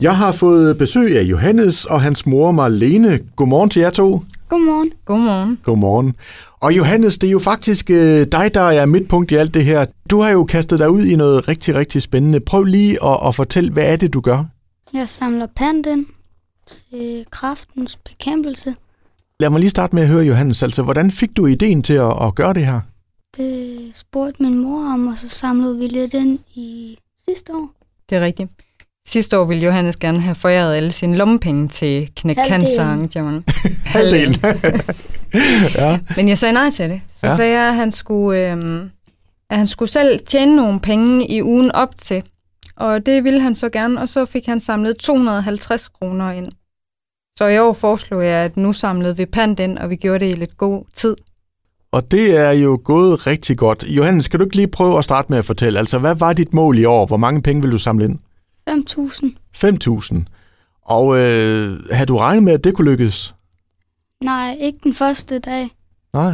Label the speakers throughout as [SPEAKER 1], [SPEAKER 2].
[SPEAKER 1] Jeg har fået besøg af Johannes og hans mor Marlene. Godmorgen til jer to.
[SPEAKER 2] Godmorgen.
[SPEAKER 3] Godmorgen.
[SPEAKER 1] Godmorgen. Og Johannes, det er jo faktisk øh, dig, der er midtpunkt i alt det her. Du har jo kastet dig ud i noget rigtig, rigtig spændende. Prøv lige at, at fortælle, hvad er det, du gør?
[SPEAKER 2] Jeg samler panten til kraftens bekæmpelse.
[SPEAKER 1] Lad mig lige starte med at høre, Johannes. Altså, hvordan fik du ideen til at, at gøre det her?
[SPEAKER 2] Det spurgte min mor om, og så samlede vi lidt ind i sidste år.
[SPEAKER 3] Det er rigtigt. Sidste år ville Johannes gerne have foræret alle sine lommepenge til knæk
[SPEAKER 2] Halvdelen.
[SPEAKER 3] cancer arrangement.
[SPEAKER 1] Halvdelen. ja.
[SPEAKER 3] Men jeg sagde nej til det. Så
[SPEAKER 1] Ja.
[SPEAKER 3] ja. sagde jeg, at han, skulle, øhm, at han skulle selv tjene nogle penge i ugen op til. Og det ville han så gerne, og så fik han samlet 250 kroner ind. Så i år foreslog jeg, at nu samlede vi pant ind, og vi gjorde det i lidt god tid.
[SPEAKER 1] Og det er jo gået rigtig godt. Johannes, kan du ikke lige prøve at starte med at fortælle, altså hvad var dit mål i år? Hvor mange penge vil du samle ind?
[SPEAKER 2] 5.000?
[SPEAKER 1] 5.000. Og øh, havde du regnet med, at det kunne lykkes?
[SPEAKER 2] Nej, ikke den første dag.
[SPEAKER 1] Nej.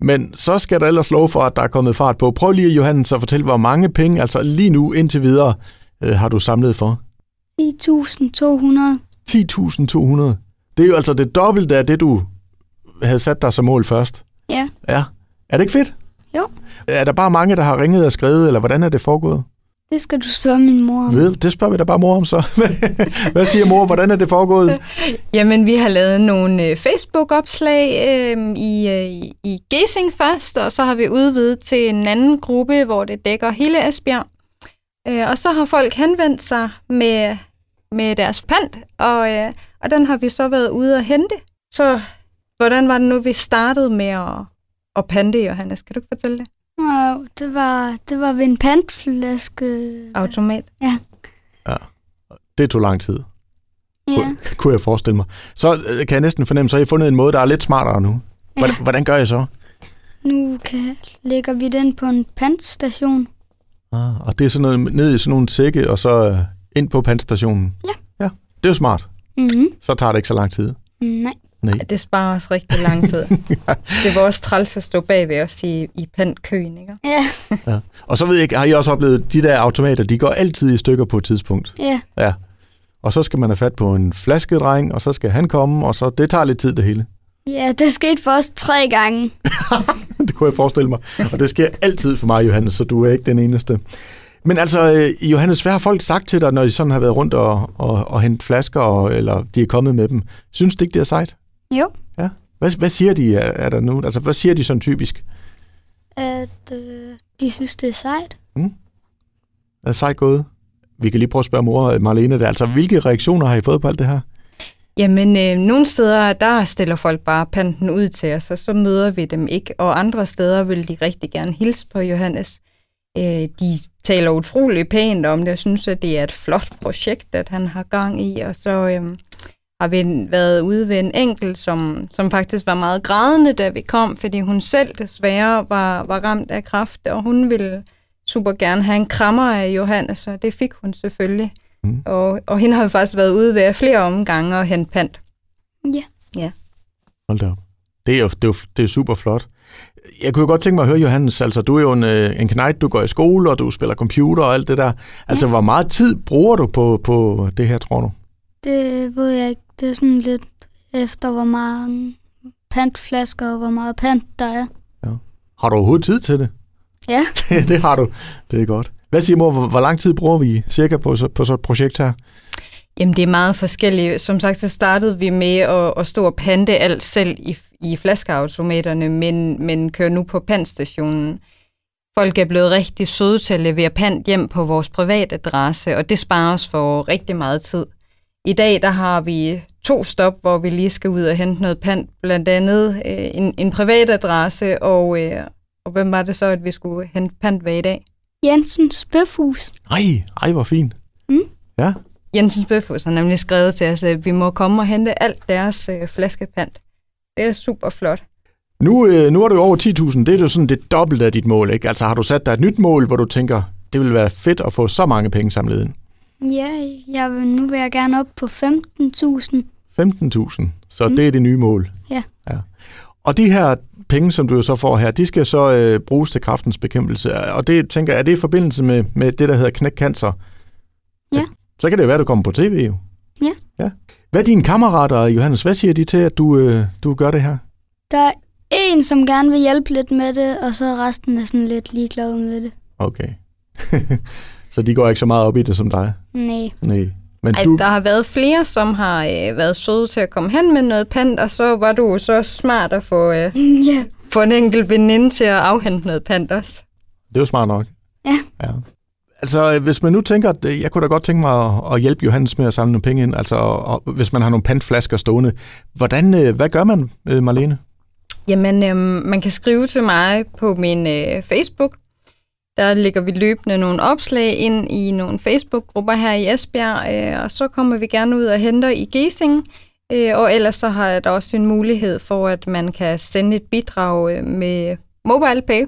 [SPEAKER 1] Men så skal der ellers lov for, at der er kommet fart på. Prøv lige, Johannes, at fortælle, hvor mange penge, altså lige nu indtil videre, øh, har du samlet for? 10.200.
[SPEAKER 2] 10.200.
[SPEAKER 1] Det er jo altså det dobbelte af det, du havde sat dig som mål først.
[SPEAKER 2] Ja.
[SPEAKER 1] Ja. Er det ikke fedt?
[SPEAKER 2] Jo.
[SPEAKER 1] Er der bare mange, der har ringet og skrevet, eller hvordan er det foregået?
[SPEAKER 2] Det skal du spørge min mor om.
[SPEAKER 1] Ved, det spørger vi da bare mor om så. Hvad siger mor? Hvordan er det foregået?
[SPEAKER 3] Jamen, vi har lavet nogle øh, Facebook-opslag øh, i, øh, i- i Gesing først, og så har vi udvidet til en anden gruppe, hvor det dækker hele Esbjerg. Øh, og så har folk henvendt sig med, med deres pant, og, øh, og den har vi så været ude at hente. Så hvordan var det nu, vi startede med at, at pante, Johannes? Kan du ikke fortælle det?
[SPEAKER 2] Wow, det var, det var ved en pantflaske.
[SPEAKER 3] Automat.
[SPEAKER 1] Det tog lang tid,
[SPEAKER 2] Ja.
[SPEAKER 1] kunne jeg forestille mig. Så øh, kan jeg næsten fornemme, så har I fundet en måde, der er lidt smartere nu. Hvordan, ja. hvordan gør I så?
[SPEAKER 2] Nu kan, lægger vi den på en pantstation.
[SPEAKER 1] Ah, og det er sådan noget ned i sådan nogle sække, og så øh, ind på pandstationen? Ja. Ja, det er jo smart.
[SPEAKER 2] Mm-hmm.
[SPEAKER 1] Så tager det ikke så lang tid.
[SPEAKER 2] Nej.
[SPEAKER 3] Ej, det sparer os rigtig lang tid. det var også træls at stå bagved os i, i pantkøen, ikke?
[SPEAKER 2] Ja.
[SPEAKER 1] Ja. Og så ved jeg ikke, har I også oplevet, de der automater, de går altid i stykker på et tidspunkt.
[SPEAKER 2] Ja.
[SPEAKER 1] Ja. Og så skal man have fat på en flaskedreng, og så skal han komme, og så det tager lidt tid det hele.
[SPEAKER 2] Ja, det skete for os tre gange.
[SPEAKER 1] det kunne jeg forestille mig. Og det sker altid for mig, Johannes, så du er ikke den eneste. Men altså, øh, Johannes, hvad har folk sagt til dig, når I sådan har været rundt og, og, og hentet flasker, og, eller de er kommet med dem? Synes de ikke, det er sejt?
[SPEAKER 2] Jo.
[SPEAKER 1] Ja. Hvad, hvad siger de, er, er der nu? Altså, hvad siger de sådan typisk?
[SPEAKER 2] At øh, de synes, det er sejt.
[SPEAKER 1] Er sejt gået? Vi kan lige prøve at spørge mor øh, Marlene der. Altså, hvilke reaktioner har I fået på alt det her?
[SPEAKER 3] Jamen, øh, nogle steder, der stiller folk bare panten ud til os, og så møder vi dem ikke. Og andre steder vil de rigtig gerne hilse på Johannes. Øh, de taler utrolig pænt om det, og synes, at det er et flot projekt, at han har gang i. Og så øh, har vi en- været ude ved en enkel, som, som faktisk var meget grædende, da vi kom, fordi hun selv desværre var, var ramt af kræft, og hun ville super gerne have en krammer af Johannes, og det fik hun selvfølgelig. Og, og hende har vi faktisk været ude ved flere omgange og hente pant.
[SPEAKER 1] Hold da op. Det er jo det er, jo- det er super flot. Jeg kunne jo godt tænke mig at høre, Johannes, altså du er jo en, øh, en knægt, du går i skole, og du spiller computer og alt det der. Altså, ja. hvor meget tid bruger du på, på det her, tror du?
[SPEAKER 2] Det ved jeg ikke. Det er sådan lidt efter, hvor mange pantflasker og hvor meget pant der er.
[SPEAKER 1] Har du overhovedet tid til det?
[SPEAKER 2] Ja.
[SPEAKER 1] det har du. Det er godt. Hvad siger mor, hvor, hvor lang tid bruger vi cirka på, så, på så et projekt her?
[SPEAKER 3] Jamen, det er meget forskelligt. Som sagt, så startede vi med at, at stå og pante alt selv i, i flaskeautomaterne, men, men kører nu på pantstationen. Folk er blevet rigtig søde til at levere pant hjem på vores privatadresse, og det sparer os for rigtig meget tid. I dag der har vi to stop, hvor vi lige skal ud og hente noget pant, blandt andet øh, en, en privatadresse, og, øh, og hvem var det så, at vi skulle hente pant ved i dag?
[SPEAKER 2] Jensens Bøfhus.
[SPEAKER 1] Ej, ej, hvor fint.
[SPEAKER 3] Jensens Bøfhus har nemlig skrevet til os, at vi må komme og hente alt deres øh, flaskepant. Det er super flot.
[SPEAKER 1] Nu, øh, nu er du jo over 10.000. Det er jo sådan det dobbelte af dit mål, ikke? Altså, har du sat dig et nyt mål, hvor du tænker, det ville være fedt at få så mange penge samlet ind?
[SPEAKER 2] Ja, jeg vil, nu vil jeg gerne op på 15.000.
[SPEAKER 1] 15.000. Så mm. det er det nye mål.
[SPEAKER 2] Ja.
[SPEAKER 1] ja. Og de her penge, som du jo så får her, de skal så øh, bruges til kraftens bekæmpelse. Og det tænker jeg, er det i forbindelse med, med det, der hedder knæk cancer?
[SPEAKER 2] Ja.
[SPEAKER 1] At- Så kan det jo være, at du kommer på tv jo.
[SPEAKER 2] Ja.
[SPEAKER 1] ja. Hvad er dine kammerater, Johannes? Hvad siger de til, at du, øh, du gør det her?
[SPEAKER 2] Der er en, som gerne vil hjælpe lidt med det, og så er resten er sådan lidt ligeglade med det.
[SPEAKER 1] Okay. så de går ikke så meget op i det som dig?
[SPEAKER 2] Nej.
[SPEAKER 1] Nej. Men
[SPEAKER 3] Ej,
[SPEAKER 1] du,
[SPEAKER 3] der har været flere, som har øh, været søde til at komme hen med noget pant, og så var du jo så smart at få, øh,
[SPEAKER 2] Ja.
[SPEAKER 3] få en enkelt veninde til at afhente noget pant også.
[SPEAKER 1] det er jo smart nok.
[SPEAKER 2] Ja.
[SPEAKER 1] ja. Altså, hvis man nu tænker, at øh, jeg kunne da godt tænke mig at, at hjælpe Johannes med at samle nogle penge ind, altså og, og, hvis man har nogle pantflasker stående, hvordan, øh, hvad gør man, øh, Marlene?
[SPEAKER 3] Jamen, øh, man kan skrive til mig på min øh, Facebook. Der lægger vi løbende nogle opslag ind i nogle Facebook-grupper her i Esbjerg, øh, og så kommer vi gerne ud og henter i Gesing. Øh, og ellers så har jeg der også en mulighed for, at man kan sende et bidrag øh, med MobilePay.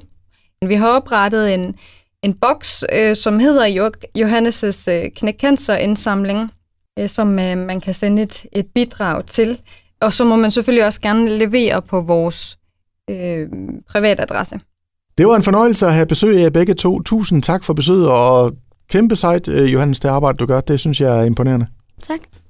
[SPEAKER 3] Vi har oprettet en, en boks, øh, som hedder Jo- Johannes' øh, knækcancer-indsamling, øh, som øh, man kan sende et, et bidrag til. Og så må man selvfølgelig også gerne levere på vores øh, privatadresse.
[SPEAKER 1] Det var en fornøjelse at have besøg af jer begge to. Tusind tak for besøget, og kæmpe sejt, øh, Johannes, det arbejde, du gør. Det synes jeg er imponerende.
[SPEAKER 2] Tak.